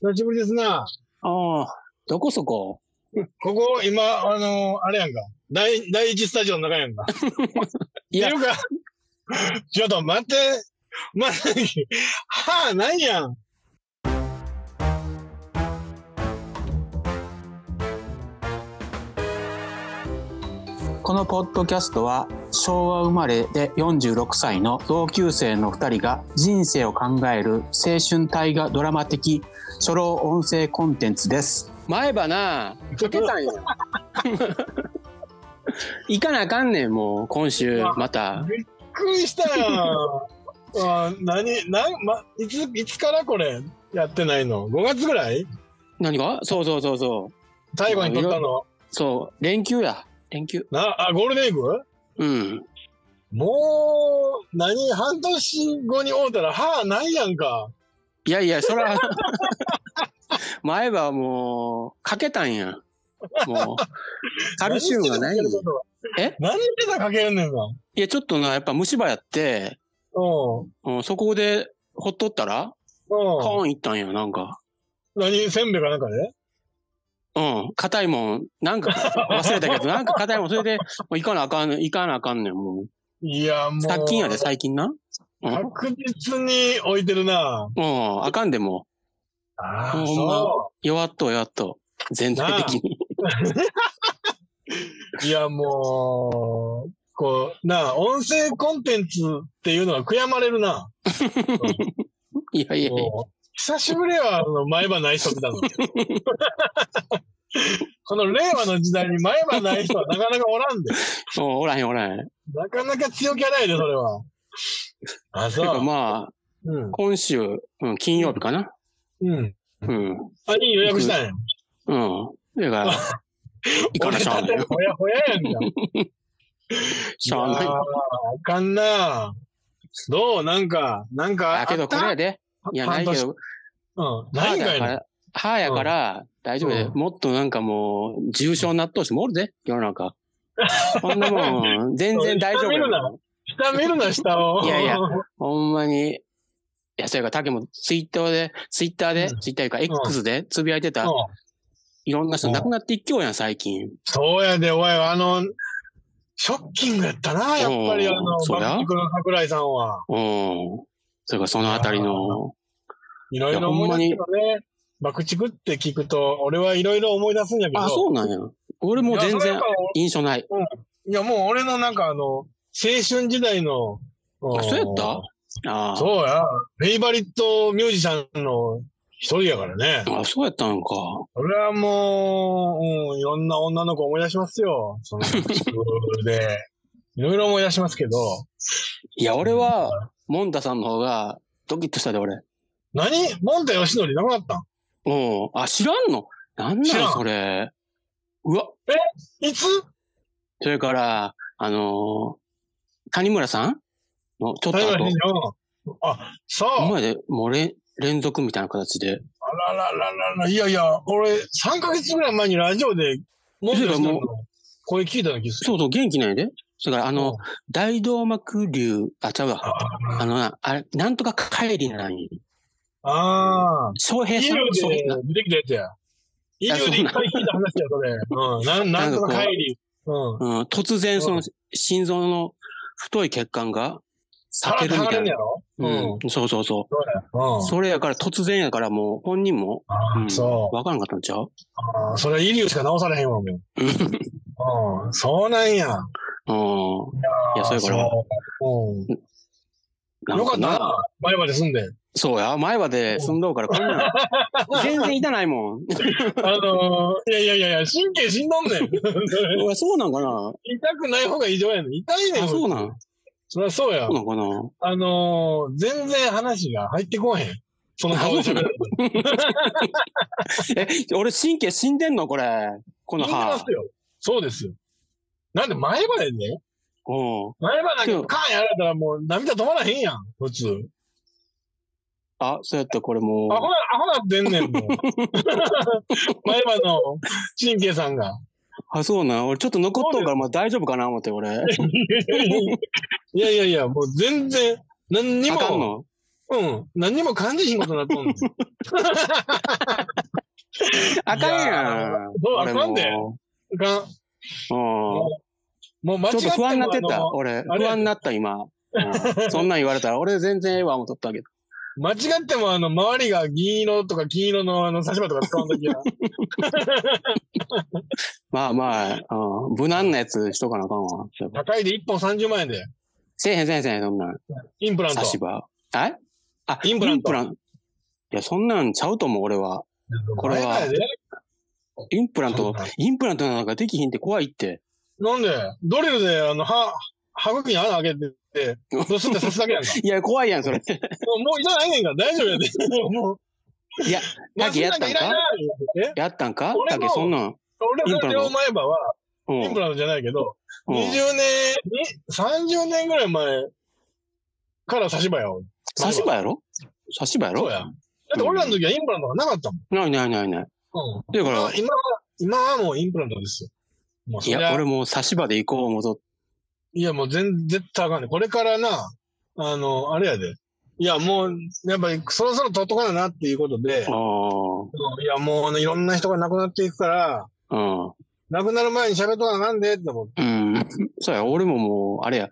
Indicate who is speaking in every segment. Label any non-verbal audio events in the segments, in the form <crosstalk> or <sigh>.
Speaker 1: 久しぶりですな。
Speaker 2: ああ、どこそこ
Speaker 1: ここ、今、あのーあれやんか。第、第一スタジオの中やんか。
Speaker 2: いや
Speaker 1: っていうか、 <laughs> ちょっと待って。まあ、何はあ、ないやん。
Speaker 2: このポッドキャストは昭和生まれで46歳の同級生の2人が人生を考える青春大河ドラマ的ソロ音声コンテンツです前歯な溶けたんよ行かなあかんねんもう今週また
Speaker 1: びっくりしたよ。 <laughs> あ何、なん、ま、いつ、いつからこれやってないの ?5 月ぐらい
Speaker 2: 何がそうそうそうそう
Speaker 1: 最後に撮ったの
Speaker 2: そう連休や連休
Speaker 1: な、あ、ゴールデンウィーク
Speaker 2: うん
Speaker 1: もう、何、半年後に会うたら、はあ、ないやんか。
Speaker 2: いやいやそら <laughs> 前歯はもうかけたんやもうカルシウムがない
Speaker 1: 何してたかけること
Speaker 2: え
Speaker 1: は何してたかけるねんか。
Speaker 2: いや、ちょっとな、やっぱ虫歯やって、
Speaker 1: うん。
Speaker 2: うん、そこで、ほっとったら、
Speaker 1: うん。
Speaker 2: コーンいったんよ、なんか。
Speaker 1: 何、せんべいかなんかで、
Speaker 2: うん、硬いもん、なんか、忘れたけど、なんか硬いもん、それで、もう行かなあかん、行かなあかんねん、も
Speaker 1: いや、も
Speaker 2: う。
Speaker 1: う。
Speaker 2: 殺菌やで、最近な。うん、うん、
Speaker 1: 確実に置いてるな。
Speaker 2: あかんでも
Speaker 1: ああ、
Speaker 2: ほんま、
Speaker 1: そう
Speaker 2: 弱っと弱っと、全体的に。
Speaker 1: う。いや、もう、こう、なあ、音声コンテンツっていうのは悔やまれるな。
Speaker 2: <laughs> いやいやいや、
Speaker 1: もう久しぶりは、あの、前歯ない人見たの。
Speaker 2: <laughs>
Speaker 1: この令和の時代に前歯ない人はなかなかおらんで。
Speaker 2: うんおらへんおらへん。
Speaker 1: なかなか強気やないで、それは。あ、そ
Speaker 2: だから
Speaker 1: う。
Speaker 2: まあ、
Speaker 1: うん。
Speaker 2: 今週、うん、金曜日かな。
Speaker 1: うん。
Speaker 2: うん、
Speaker 1: あ、いい予約したんや。
Speaker 2: うん。だから、
Speaker 1: <laughs>
Speaker 2: 行かなしゃあないよ。
Speaker 1: ほやほややんか。
Speaker 2: しゃあない
Speaker 1: やーあかんな。どうなんか、なんかあ
Speaker 2: だ
Speaker 1: った。
Speaker 2: けど、これやで。いや、ないけど、
Speaker 1: ど。うん。な
Speaker 2: 歯
Speaker 1: いんか
Speaker 2: や
Speaker 1: い
Speaker 2: か
Speaker 1: な。
Speaker 2: ら、歯やから、大丈夫で、
Speaker 1: うん
Speaker 2: もっとなんかもう、重症になっとうし、もおるぜ、世の
Speaker 1: <laughs>
Speaker 2: 中。こんなもん、全然大丈夫
Speaker 1: 見るな
Speaker 2: よ。
Speaker 1: 下見るな、下を。
Speaker 2: いやいやほんまに。いや、そやから、竹もツイッターで、ツイッターで、
Speaker 1: うん
Speaker 2: ツイッターか、
Speaker 1: ん
Speaker 2: X でつぶやいてた、
Speaker 1: うん
Speaker 2: いろんな人
Speaker 1: うん
Speaker 2: 亡くなっていっきょうやん、最近。
Speaker 1: そうやで、おい、あの、ショッキングやったな、やっぱり、あ
Speaker 2: うん
Speaker 1: の、
Speaker 2: そりゃ
Speaker 1: バッキクの桜井さんは。
Speaker 2: うん。それから、そのあたりの、
Speaker 1: いろいろ思い出すけどね。爆竹って聞くと、俺はいろいろ思い出すんやけど。
Speaker 2: あ、そうなんや。俺もう全
Speaker 1: いやそれやっ
Speaker 2: 然
Speaker 1: ぱ、
Speaker 2: 印象ない。
Speaker 1: いや、もう俺のなんかあの、青春時代の。
Speaker 2: あ、そうやったあー
Speaker 1: そうや。フェイバリットミュージシャンの一人やからね。
Speaker 2: あ、そうやったんか。
Speaker 1: それはもう、うん、いろんな女の子思い出しますよ。そのスクールで。 <laughs> いろいろ思い出しますけど。
Speaker 2: いや、俺は、モンタさんの方が、ドキッとしたで、俺。
Speaker 1: 何モンタヨシノリなくなったん
Speaker 2: うん。あ、知らんのなん
Speaker 1: 知
Speaker 2: な
Speaker 1: らん
Speaker 2: んそれ。うわ。
Speaker 1: いつ
Speaker 2: それから、あのー谷村さんの、ちょっと
Speaker 1: 谷村
Speaker 2: 後
Speaker 1: 新。司うんあ、そう。
Speaker 2: お前で、もうれ連続みたいな形で。
Speaker 1: あららららら。いやいや、俺、3ヶ月ぐらい前にラジオで、モンタヨシノリの声聞いたの気がする。
Speaker 2: そうそう、元気なんやで。それから、あ
Speaker 1: うん
Speaker 2: の、大動脈瘤、あ、ちゃうわ。
Speaker 1: あ
Speaker 2: あのな、あれ、なんとか帰りなんや。
Speaker 1: あー。
Speaker 2: 翔
Speaker 1: 医
Speaker 2: 平さん
Speaker 1: 療
Speaker 2: 翔
Speaker 1: で
Speaker 2: 平
Speaker 1: 出てきたやつや。医療でいっぱい聞いた話や、それ。うん。なん、なんとか帰り。うん。
Speaker 2: うん、突然、その、心臓の太い血管が、裂けるみ
Speaker 1: 剥が
Speaker 2: た
Speaker 1: れ
Speaker 2: い
Speaker 1: んね
Speaker 2: な
Speaker 1: や。ろう。
Speaker 2: うんん、そうそうそう。
Speaker 1: うん。
Speaker 2: それやから突然やからもう本人も
Speaker 1: あ
Speaker 2: う
Speaker 1: ー
Speaker 2: ん
Speaker 1: そう。
Speaker 2: わからんかったんちゃう
Speaker 1: あーそれは医療しか直されへんわ、も
Speaker 2: うん。
Speaker 1: う。うん。そうなんや。
Speaker 2: いや、そうやから。
Speaker 1: そううん。
Speaker 2: な
Speaker 1: よ
Speaker 2: ん
Speaker 1: かったな。前まで住んで。
Speaker 2: そうや、前歯で寸胴からこ
Speaker 1: <laughs>
Speaker 2: んなん。全然痛ないもん。
Speaker 1: あのー、いやいやいやいや、神経死んどんねん。
Speaker 2: うわそうなんかな
Speaker 1: 痛くない方が異常やねん。痛いねん。
Speaker 2: あそうなん
Speaker 1: そりゃそうや
Speaker 2: そう。なんかな
Speaker 1: あのー、全然話が入ってこへん。その顔で喋る。
Speaker 2: え、俺神経死んでんのこれ。この
Speaker 1: 聞いてま
Speaker 2: 歯
Speaker 1: す。よ。そうですよ。なんで前歯でね、
Speaker 2: うん。
Speaker 1: 前歯
Speaker 2: け
Speaker 1: なん
Speaker 2: ど
Speaker 1: かカーンやられたらもう涙止まらへんやん、普通。
Speaker 2: あ、そうやった、これも
Speaker 1: アホな、アホなってんねん、
Speaker 2: <laughs>
Speaker 1: もう。前歯の神経さんが。
Speaker 2: う。あ、そうなん俺ちょっと残っとうから、まあ大丈夫かな思って、俺。
Speaker 1: いやいやいや、もう全然、何に
Speaker 2: あか
Speaker 1: も、
Speaker 2: んの <laughs>
Speaker 1: うん、何にも感じひんことになっとんねん。なんでいかん。
Speaker 2: うん
Speaker 1: もう間違
Speaker 2: ちょっと不安になって
Speaker 1: も
Speaker 2: た、
Speaker 1: あの
Speaker 2: 俺。
Speaker 1: あれ
Speaker 2: 不安になった、今。うんそんなん言われたら、俺全然ええわ、思っとったけど。
Speaker 1: 間違ってもあの、周りが銀色とか金色のあの、差し歯とか使わんとき
Speaker 2: <laughs>
Speaker 1: は。
Speaker 2: まあまあ、うん無難なやつしとかなあかんわ。そういえば
Speaker 1: 高いで1本30万円で。
Speaker 2: せえへんせえへんせえへん、そんなん。
Speaker 1: インプラント
Speaker 2: 差。し歯。はいあ、
Speaker 1: インプラント
Speaker 2: ントいや、そんなんちゃうと思う、俺は。これは
Speaker 1: 前々で
Speaker 2: インプラン
Speaker 1: そう
Speaker 2: ト
Speaker 1: か、
Speaker 2: インプラントなんかできひんって怖いって。
Speaker 1: なんで、ドリルで、あの、歯、歯茎に穴開け
Speaker 2: <laughs>
Speaker 1: てて、ドスって刺すだけやんか。
Speaker 2: いや、怖い
Speaker 1: <laughs>
Speaker 2: やん、それ。
Speaker 1: もう、もういらないねんから大丈夫やで。もう、
Speaker 2: いや、
Speaker 1: マ
Speaker 2: タケ
Speaker 1: ジ
Speaker 2: やっ
Speaker 1: なんかい
Speaker 2: たん
Speaker 1: らん
Speaker 2: か
Speaker 1: なえ
Speaker 2: やったんか
Speaker 1: 俺
Speaker 2: だ
Speaker 1: も
Speaker 2: けそんなん。
Speaker 1: 俺の両前歯は、
Speaker 2: うん。
Speaker 1: インプラントじゃないけど、
Speaker 2: う
Speaker 1: 20
Speaker 2: ん
Speaker 1: 年、に30年ぐらい前から差し歯やわ。
Speaker 2: 差し歯やろ差し歯や
Speaker 1: そう
Speaker 2: ろ
Speaker 1: や。だって俺らの時はインプラントがなかったもん。
Speaker 2: ないないないない。
Speaker 1: うん。
Speaker 2: だから、
Speaker 1: 今は、今はもうインプラントですよ。もう
Speaker 2: い
Speaker 1: そりゃ
Speaker 2: や、俺もう差し歯で行こう、戻っ
Speaker 1: いや、もう全、絶対あかんね。これからな、あの、あれやで。いや、もう、やっぱり、そろそろ取っとかななっていうことで、
Speaker 2: あ
Speaker 1: いや、もうね、いろんな人が亡くなっていくから、
Speaker 2: あ。
Speaker 1: 亡くなる前に喋っとかななんでって思って。
Speaker 2: うん。うん。そうや、俺ももう、あれや。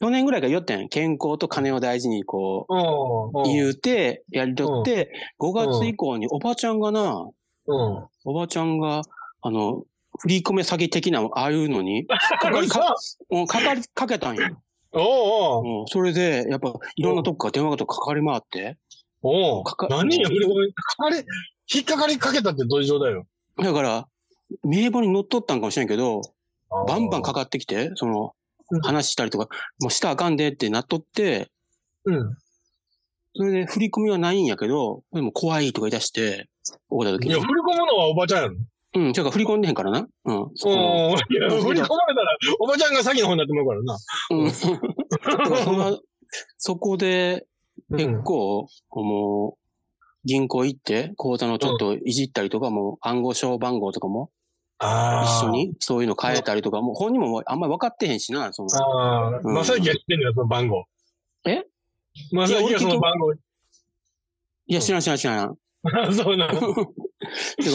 Speaker 2: 去年ぐらいから言ってん。健康と金を大事にこ
Speaker 1: う
Speaker 2: う、
Speaker 1: ん。
Speaker 2: 言うて、やりとって、5月以降におばちゃんがな、
Speaker 1: うん。うん。
Speaker 2: おばちゃんが、あの、振り込め詐欺的な、ああいうのに、かかりか、うんかかりかけたんよ。
Speaker 1: おう
Speaker 2: うん。それで、やっぱ、いろんなとこから電話がとかかかり回って。
Speaker 1: おうおう
Speaker 2: かか
Speaker 1: 何よ、これ、かかり、引っかかりかけたってどういう状態よ。
Speaker 2: だから、名簿に乗っとったんかもしれんけど、バンバンかかってきて、その
Speaker 1: うん、
Speaker 2: 話したりとか、もうしたらあかんでってなっとって、
Speaker 1: うん。
Speaker 2: それで振り込みはないんやけど、でも怖いとか言い出して、怒った時
Speaker 1: い
Speaker 2: に
Speaker 1: や、振。り込むのはおばちゃんやろ。
Speaker 2: うん、てか振り込んでへんからな。うん。その
Speaker 1: おういや、振り込まれたら、おばちゃんが詐欺の方になってもらうからな。
Speaker 2: <laughs> うん。だからそのそこで、
Speaker 1: うん
Speaker 2: 結構、もう、銀行行って、口座のちょっといじったりとかも、暗号証番号とかも、一緒。に、そういうの変えたりとか、もう本人ももうあんまり分かってへんしな、その。
Speaker 1: ああ、
Speaker 2: うん
Speaker 1: まさきが知ってんだよ、その番号。
Speaker 2: え
Speaker 1: まさきがその番号。 <laughs>
Speaker 2: いや、知らん知らん知らん。
Speaker 1: そうな
Speaker 2: <laughs>
Speaker 1: の。
Speaker 2: だか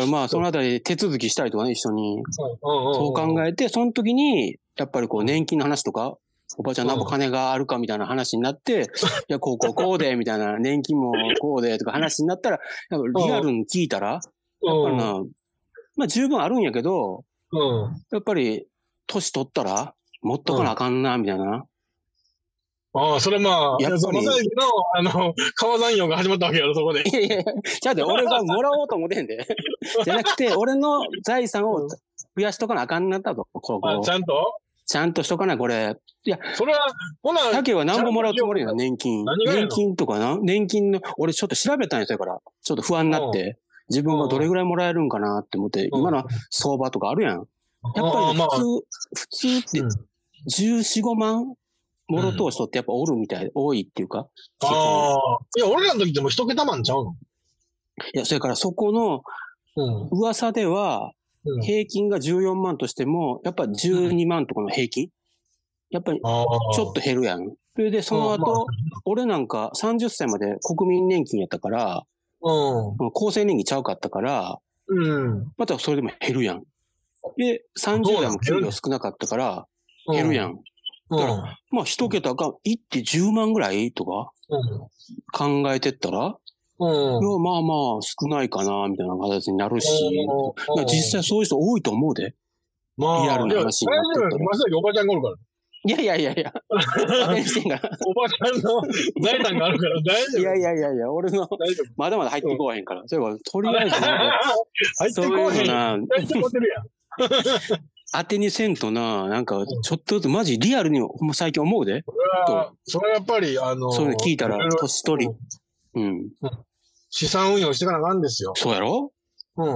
Speaker 2: らまあ、そのあたりで手続きしたりとかね、一緒に。そ
Speaker 1: そう
Speaker 2: 考えて、その時に、やっぱりこう、年金の話とか、おばちゃんなんぼ金があるかみたいな話にな <laughs> って、いや、こうこうこうで、みたいな、年金もこうで、とか話になったら、やっぱリアルに聞いたら、やっぱりな、まあ十分あるんやけど、
Speaker 1: うん。うん。
Speaker 2: やっぱり、年取ったら、持っとかなあかんな、みたいな。
Speaker 1: ああ、それまあ、
Speaker 2: やっぱり
Speaker 1: そうまさきの、あの、川山用が始まったわけやろ、そこで。
Speaker 2: いやいや、じゃあで、俺がもらおうと思ってへ
Speaker 1: <laughs>
Speaker 2: んで。じゃなくて、俺の財産を増やしとかなあかんなったと、こう
Speaker 1: あ
Speaker 2: こう
Speaker 1: ちゃんと
Speaker 2: ちゃんとしとかな、これ。
Speaker 1: それは、ほな、
Speaker 2: 竹は何本もらうつもりやな、年金。
Speaker 1: 何がやの
Speaker 2: 年金とかな。年金の、俺ちょっと調べたんですよ、だから。ちょっと不安になって。自分がどれぐらいもらえるんかなって思って、
Speaker 1: うん
Speaker 2: 今の相場とかあるやん。やっぱり
Speaker 1: ああま
Speaker 2: ね
Speaker 1: あ
Speaker 2: 普通、普通って14、5万もろ投資とってやっぱおるみたい、多いっていうか。
Speaker 1: ああ。いや、俺らの時でも一桁マンちゃうの
Speaker 2: いや、それからそこの
Speaker 1: うん。
Speaker 2: 噂では、
Speaker 1: うん
Speaker 2: 平均が14万としても、やっぱ12万とかの平均やっぱり
Speaker 1: ああ。
Speaker 2: ちょっと減るやん。それでその後、俺なんか30歳まで国民年金やったから、
Speaker 1: と。
Speaker 2: 厚生年金ちゃうかったから、
Speaker 1: うん。うん。
Speaker 2: またそれでも減るやん。で、30
Speaker 1: そう
Speaker 2: 代
Speaker 1: なん
Speaker 2: も給料少なかったから、減るやん。
Speaker 1: うん。
Speaker 2: だまあ一桁が1って10万ぐらいとか考えてったら、
Speaker 1: うん。
Speaker 2: いうやまあまあ少ないかな、みたいな形になるし、
Speaker 1: ん。
Speaker 2: いや実際そういう人多いと思うで。
Speaker 1: まあ、
Speaker 2: リアルな話になって
Speaker 1: い
Speaker 2: る
Speaker 1: や
Speaker 2: から
Speaker 1: 大丈夫まさきおばちゃんがおるから。
Speaker 2: いやいやいや <laughs> いや、バカにしてんから。
Speaker 1: おばちゃんの財産があるから大丈夫。
Speaker 2: いやいやいやいや、俺の、
Speaker 1: 大丈夫。
Speaker 2: まだまだ入ってこうへんから。そういえば、とりあえずなんか、
Speaker 1: 入って
Speaker 2: そう
Speaker 1: こう
Speaker 2: い
Speaker 1: へ。
Speaker 2: うんのな、
Speaker 1: 入ってこうてるやん。
Speaker 2: 当てにせんとな、なんか、ちょっとずつ、マジリアルに、ほんま最近思うで。
Speaker 1: それはそれはやっぱり、あの、
Speaker 2: そういうの聞いたら
Speaker 1: ろろ、
Speaker 2: 年取り。うん。
Speaker 1: 資産運用していかなあかんですよ。
Speaker 2: そうやろ
Speaker 1: うん。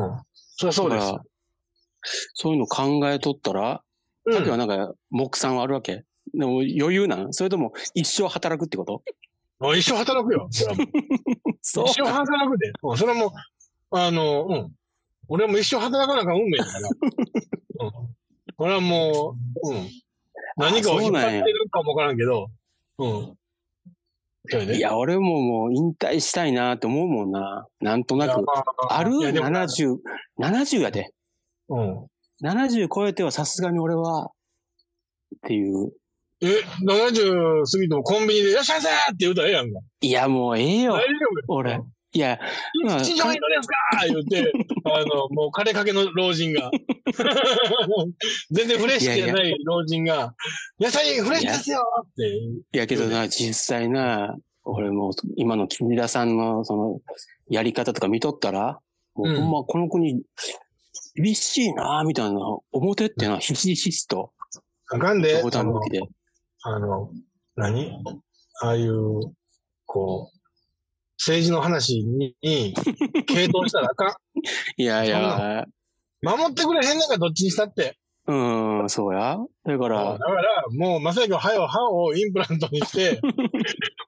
Speaker 1: そりゃそうで
Speaker 2: だ
Speaker 1: す
Speaker 2: か。らそういうの考えとったら、
Speaker 1: う
Speaker 2: さ
Speaker 1: ん
Speaker 2: っきはなんか、目算はあるわけでも余裕なんそれとも一生働くってこと
Speaker 1: もう一生働く
Speaker 2: <laughs>
Speaker 1: よ。それはもう
Speaker 2: そう
Speaker 1: 一生働くで。うんそれはもう、あの、うん。俺はもう一生働かなあかん運命だ <laughs> から。うん。俺はもう、うん。何かを引っ張ってるかもわからんけど、うん。そうやね
Speaker 2: いや、俺ももう引退したいなって思うもんな。なんと
Speaker 1: い
Speaker 2: な
Speaker 1: や
Speaker 2: く。
Speaker 1: まあ
Speaker 2: ある
Speaker 1: いやでも
Speaker 2: ?70、70やで。
Speaker 1: ううん。
Speaker 2: 70超えてはさすがに俺は、っていう。
Speaker 1: え、70過ぎてもコンビニで、いらっしゃいませって言うたらええやんか。
Speaker 2: いや、もうええ
Speaker 1: 大
Speaker 2: よ
Speaker 1: 丈、夫
Speaker 2: 俺。いや、まあ
Speaker 1: よ。地上いいのですか言うて、あ
Speaker 2: <laughs>
Speaker 1: の、もう枯れかけの老人が。全然フレッシュじゃない老人が、野菜フレッシュですよって。
Speaker 2: いやけどな、実際な、俺もう今の君田さんのそのやり方とか見とったら、もうほんまこの国厳しいなみたいな、表ってな、ひしひしと、
Speaker 1: あかんで、
Speaker 2: 冗談抜きで。
Speaker 1: あの、何ああいう、こう、政治の話
Speaker 2: <laughs>
Speaker 1: に、に傾倒したらあかん。
Speaker 2: いやいや、
Speaker 1: 守ってくれへんねんか、どっちにしたって。
Speaker 2: うん、そうや。だか、
Speaker 1: だからら、もう、まさやきは歯を、歯をインプラントに
Speaker 2: <laughs>
Speaker 1: して、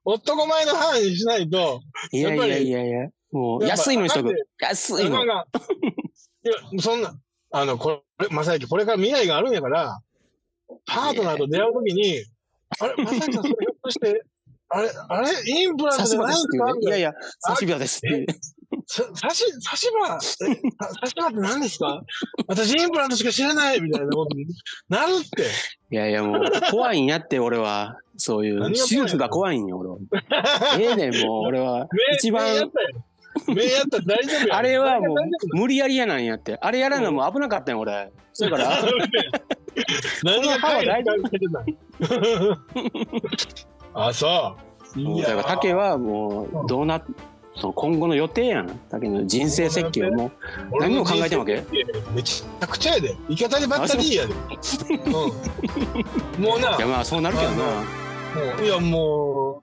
Speaker 1: 男前の歯にしないと、
Speaker 2: いやいやいやいや、もう安いのにしと
Speaker 1: や
Speaker 2: く
Speaker 1: っ。
Speaker 2: 安
Speaker 1: あ
Speaker 2: い
Speaker 1: か
Speaker 2: の
Speaker 1: ん。が、いや、そんな、あの、これ、まさやき、これから未来があるんやから、パートナーと出会うときに、あれ、まさやきさん、それひょっとして、あれ、あれ、インプラントじ
Speaker 2: 刺し
Speaker 1: ゃ
Speaker 2: 歯
Speaker 1: な
Speaker 2: で
Speaker 1: い
Speaker 2: す
Speaker 1: んです
Speaker 2: ってい
Speaker 1: か
Speaker 2: うね。いやいや、刺し歯ですっていう。
Speaker 1: さ、刺し、刺し歯、え、さ刺し歯って何ですか私インプラントしか知らないみたいなことになるって。
Speaker 2: いやいや、もう、怖いんやって、俺は。そういう、
Speaker 1: 何が怖い
Speaker 2: 手
Speaker 1: の
Speaker 2: 術が怖いんや、
Speaker 1: <laughs>
Speaker 2: 俺は。ええねん、もう、俺は。 <laughs> 一番
Speaker 1: 目やったよ。目やったら大丈夫や。
Speaker 2: あれは
Speaker 1: 大
Speaker 2: も
Speaker 1: 丈
Speaker 2: う、無理やりやなんやって。あれやらなもう危なかったんや、俺。だか
Speaker 1: 夫
Speaker 2: ら、
Speaker 1: 何が
Speaker 2: <laughs> この歯は大丈
Speaker 1: 夫 <laughs> あ、そう。
Speaker 2: もうだから竹はもう、どうな、その今後の予定やん。竹の人生設計をもう、何を考えてんわけ
Speaker 1: いやいやめちゃくちゃやで。行き当たりばったりやで。うん。もうな。
Speaker 2: いや、まあ、そうなるけどな。
Speaker 1: もういやも